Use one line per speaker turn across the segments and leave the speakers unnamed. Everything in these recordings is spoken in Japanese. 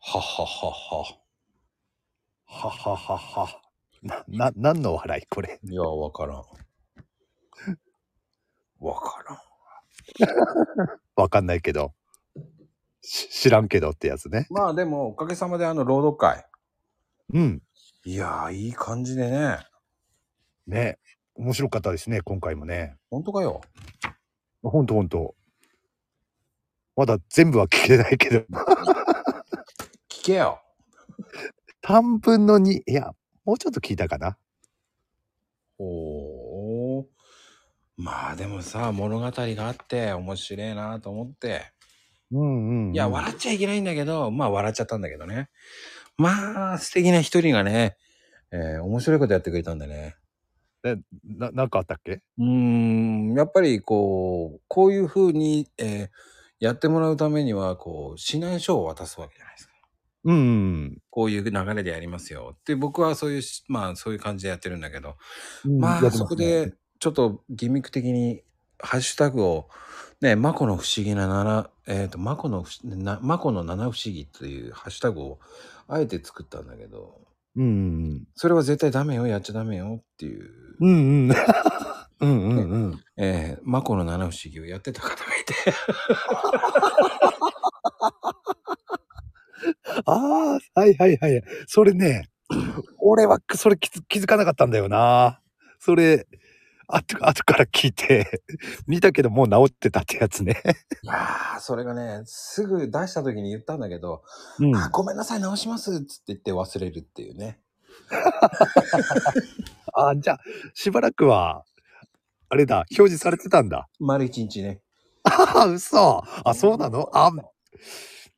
はははは。
はははは。な、な、何の笑いこれ。
いや、わからん。 わからん。
わかんないけど。し知らんけどってやつね。
まあでも、おかげさまであの、朗読会。
うん。
いやー、いい感じでね。
ね。面白かったですね、今回もね。
ほんとかよ。
ほんとほんと。まだ全部は聞けないけど。
聞けよ。
3分の2。いや、もうちょっと聞いたかな。
おー。まあでもさ、物語があって、面白いなと思って。
うんうん、
いや、笑っちゃいけないんだけど、まあ笑っちゃったんだけどね。まあ、素敵な一人がね、えー面白いことやってくれたんでね。
な、なんかあったっけ
うーん、やっぱりこう、こういうふうに、えーやってもらうためには、こう、指南書を渡すわけじゃないですか。
うんうん
こういう流れでやりますよ。って、僕はそういうし、まあそういう感じでやってるんだけど、
うん。
ま
や
あ
って
そ
ま
こ
すね
で、ちょっとギミック的に、ハッシュタグを、ね、マコの不思議な七、えっ、と、マコの不思、なマコの七不思議というハッシュタグを、あえて作ったんだけど、
うんうん
それは絶対ダメよ、やっちゃダメよっていう、
うん。うんうん。 うんうんうん。
えーマコの七不思議をやってた方がいて、
ああ、はいはいはい。それ ね、俺はそれ気づ気づかなかったんだよな。それ、あと後から聞いて、 見たけどもう治ってたってやつね。
いやー、それがね、すぐ出した時に言ったんだけど、
うん
あ、ごめんなさい、直しますっつって言って忘れるっていうね。
あじゃあ、しばらくは、あれだ、表示されてたんだ。
丸一日ね。
ああ、 嘘。あ、そうなのあ、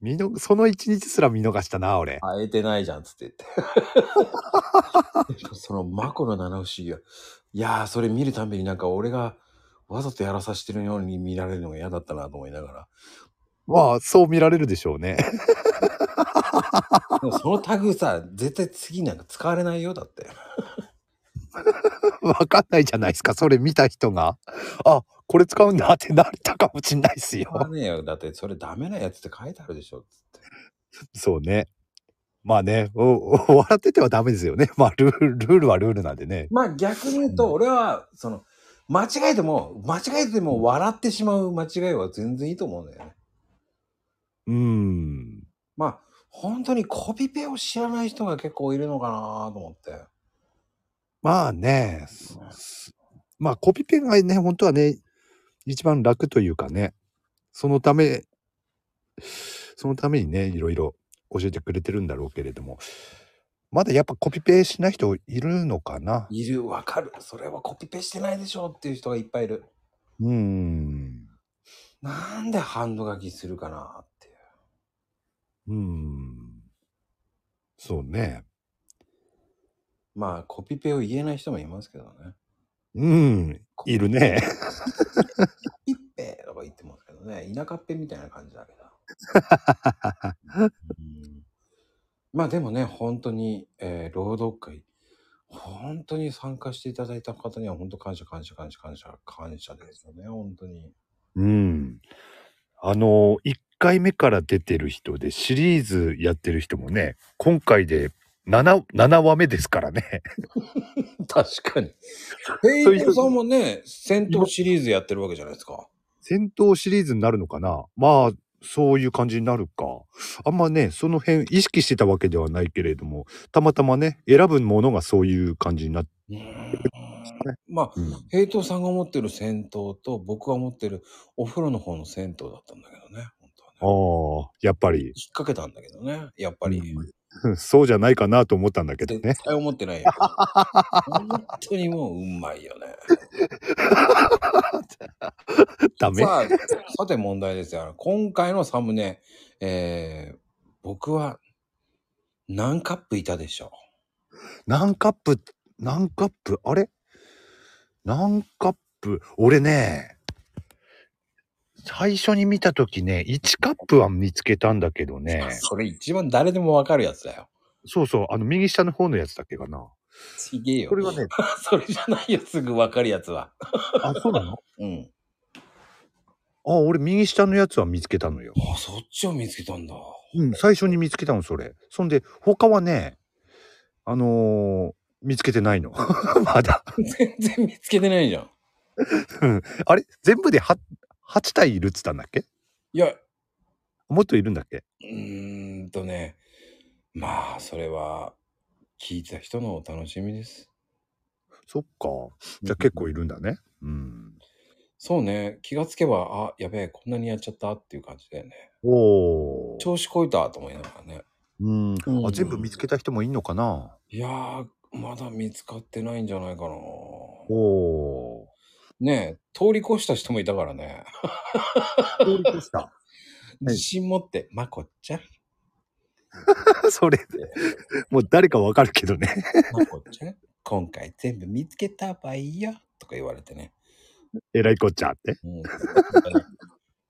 見の、その一日すら見逃したな、俺。
会えてないじゃんっつ って言って。そのマコの七不思議が、いやー、それ見るたんびになんか俺がわざとやらさしてるように見られるのが嫌だったなと思いなが
まあ、そう見られるでしょうね。
ら。でもそのタグさ、絶対次なんか使われないよ、だって。
わかんないじゃないですか、それ見た人が。あ、これ使うんだってなったかもしんないっす
使わ
よ。
ねえよ、だってそれダメなやつって書いてあるでしょ、つって。
そうね。まあね、お お笑っててはダメですよね。まあ、ルールルールはルールなんでね。
まあ逆に言うと、俺は、その、間違えても、間違えても笑ってしまう間違いは全然いいと思うんだよね。
うーん。
まあ、本当にコピペを知らない人が結構いるのかなと思って。
まあね、まあコピペがね、本当はね、一番楽というかね、そのため、そのためにね、いろいろ教えてくれてるんだろうけれども、まだやっぱコピペしない人いるのかない
る、わかる。それはコピペしてないでしょっていう人がいっぱいいる。
うーん。
なんでハンド書きするかなっていう。
うーん。そうね。
まあ、コピペを言えない人もいますけどね。
うん。いるね。
コピッペとか言ってますけどね。田舎っぺみたいな感じだけ ど。うんまあでもね、本当に、えー、朗読会、本当に参加していただいた方には本当感謝感謝感謝感謝感謝ですよね、本当に。
うん。あの、1回目から出てる人で、シリーズやってる人もね、今回で 7, 7話目ですからね。
確かに。ペイ
そういう
トさんもね、戦闘シリーズやってるわけじゃないですか。
戦闘シリーズになるのかなまあ、そういう感じになるか。あんまね、その辺意識してたわけではないけれども、たまたまね、選ぶものがそういう感じになって。
うーんまあ、ヘイトさんが持ってる戦闘と僕が持ってるお風呂の方の戦闘だったんだけどね、本当はね。
ああ、やっぱり、
引っ掛けたんだけどね、やっぱり。
そうじゃないかなと思ったんだけどね
絶。対思ってないよ。本当にもううまいよね。
ダメ
さあ、さて問題ですよ。今回のサムネ、えー、僕は何カップいたでしょ
何カップ何カップあれ何カップ俺ね最初に見た時ね1カップは見つけたんだけど
う、
ね
それ一番誰でもわかるやつだよ。
そうそうあの右下の方のやつだっけかな
ちげえよ
こ。れはね
それじゃないよ、すぐわかるやつは。
あそうなの
うん。
あ、俺右下のやつは見つけたのよ。
あ、そっちを見つけたんだ。
うん、最初に見つけたの、それ。そんで、他はね、あのー見つけてないの。 まだ。
全然見つけてないじゃん。
あれ全部で 8, 8体いるっつったんだっけ
いや、う
もっといるんだっけ
ーんとね、まあ、それは、聞いた人のお楽しみです。
そっか。じゃあ結構いるんだね。うん。
そうね、気がつけば、あ、やべえ、こんなにやっちゃったっていう感じだよね。
おー。
調子こいたと思いながらね。
うん。
う
あ、
ん
全部見つけた人もいんのかない
やー、まだ見つかってないんじゃないかな。
おー。
ねえ、通り越した人もいたからね。
通り越した。
自信持って、まこっちゃん、
それ、もう誰かわかるけどね。
まこっちゃん、今回全部見つけたばいよ。とか言われてね。
えらいこっちゃって。
うん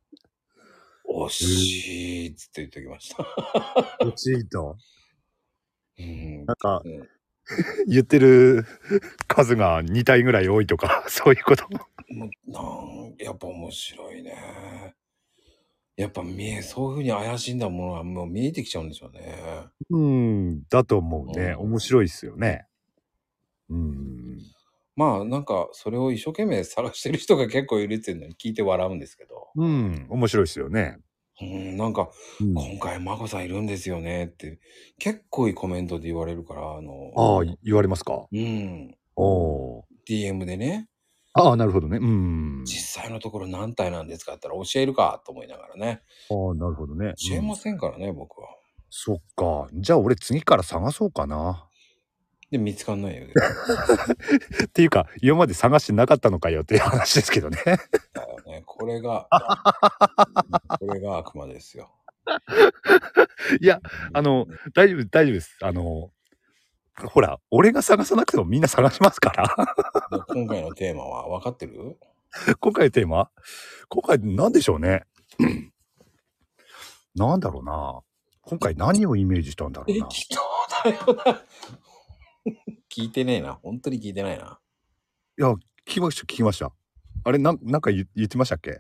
惜しいっつって言っておきました。
落ちいと。
うん
なんか
うん、
言ってる数が2体ぐらい多いとか、 そういうこと。
もうなんやっぱ面白いね。やっぱ見え、そういうふうに怪しんだものはもう見えてきちゃうんでしょうね。
うん、だと思うね。
うん
面白いっすよね。うん。
まあなんかそれを一生懸命探してる人が結構いるっていうのに聞いて笑うんですけど。
うん、面白いっすよね。
うん、なんか
うん
今回マコさんいるんですよねって結構いいコメントで言われるから、あの、
ああ、言われますか。
うん、
おー
DM でね、
ああ、なるほどね。うん。
実際のところ何体なんですかって言ったら教えるかと思いながらね。
ああ、なるほどね。
教え
うん
ませんからね、僕は。
そっか。じゃあ俺次から探そうかな。
で、見つかんないよ。
っていうか、今まで探してなかったのかよっていう話ですけど ね。
だよね。これが、これが悪魔ですよ。
いや、あの、大丈夫、大丈夫です。あの、ほら、俺が探さなくてもみんな探しますから。
今回のテーマは分かってる
今回のテーマ今回何でしょうね。 なんだろうな。今回何をイメージしたんだろうな。
適当だよな。聞いてねえな。本当に聞いてないな。
いや、聞きました、聞きました。あれ、なんなんか言言ってましたっけ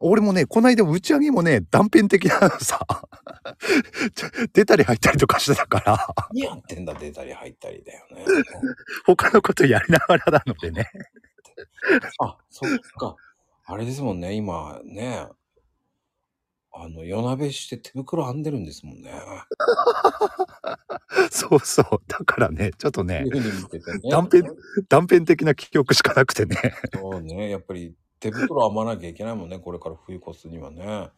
俺もね、この間打ち上げもね、断片的なのさ、 ちょ出たり入ったりとかしてたから、
何やってんだ、出たり入ったりだよ ね。
他のことやりながらなのでね。
あ、そっか。あれですもんね、今ね。あの、夜なべして手袋編んでるんですもんね。
そうそう。だからね、ちょっとね
い、うふうに見ててね。
断片断片的な記憶しかなくてね、
そうね。やっぱり手袋編まなきゃいけないもんね。これから冬越すにはね。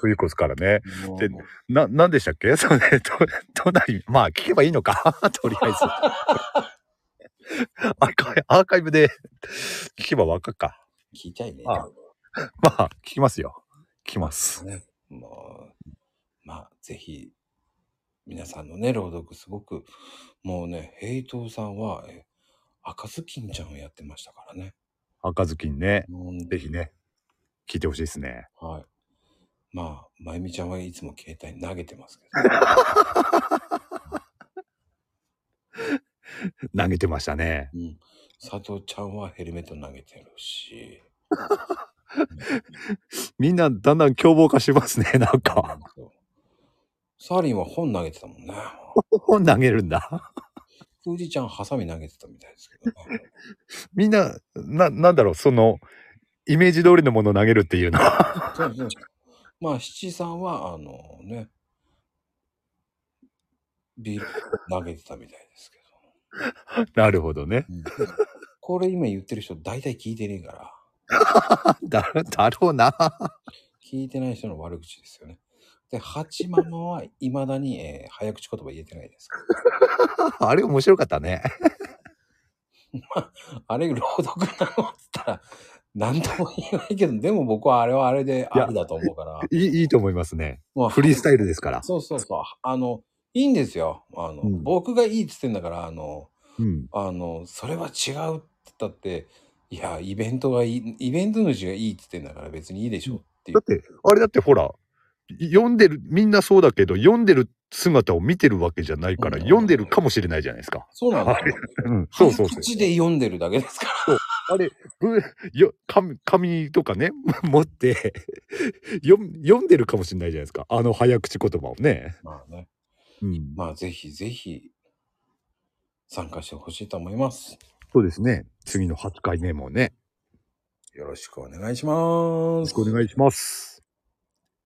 冬越すからね。
もう
でな、なんでしたっけ そうね、と、都内、まあ聞けばいいのか、 とりあえず。 アーカイアーカイブで聞けばわかっか。
聞いちゃいね。
あまあ、聞きますよ。聞きます。
ね、もう、まあ、ぜひ、皆さんのね、朗読すごく、もうね、平等さんは、え赤ずきんちゃんをやってましたからね。
赤ずきんね。
もう
ぜひね、聞いてほしいですね。
はい。まあ、まゆみちゃんはいつも携帯に投げてますけ
投げてましたね。
ど、うん。佐藤ちゃんはヘルメット投げてるし。
みんなだんだん凶暴化してますね、なん
な
か
ん。かサーリンは本投げてたもんね。
本投げるんだ。
富士ちゃんハサミ投げてたみたいですけどね。
みんな、な、なんだろう、その、イメージ通りのものを投げるっていうのは。
そうそうまあ七さんはあのねビール投げてたみたいですけ
なるほどね。
ど、これ今言ってる人大体聞いてねえから
だ、だろうな。
聞いてない人の悪口ですよねで八ママはいまだに、えー早口言葉言えてないですか
あれ面白かったね。
らあれ朗読なのっつったら何とも言えないけどでも僕はあれはあれでありだと思うから
いい、いいと思いますね。
まあ
フリースタイルですから。
そうそうそうあのいいんですよあの、
うん
僕がいいっつってんだからあの
うん。
あの、それは違うって言ったって、いや、イベントがいい、イベント主がいいって言ってんだから別にいいでしょってい
だ
う
っ。て、あれだってほら、読んでる、みんなそうだけど、読んでる姿を見てるわけじゃないから、
うん
読んでるかもしれないじゃないですか。
そうなんですよ。
うん、
そ
そうう
そ
そうう
そ。
そう
口で読んでるだけですから。
あれ、ぶ よ紙紙とかね、 持って読ん読んでるかもしれないじゃないですか。あの早口言葉をね。
まあね。
うん
まあぜひぜひ参加してほしいと思います。
そうですね。次の8回目もね、
よろしくお願いします。
よろしくお願いします。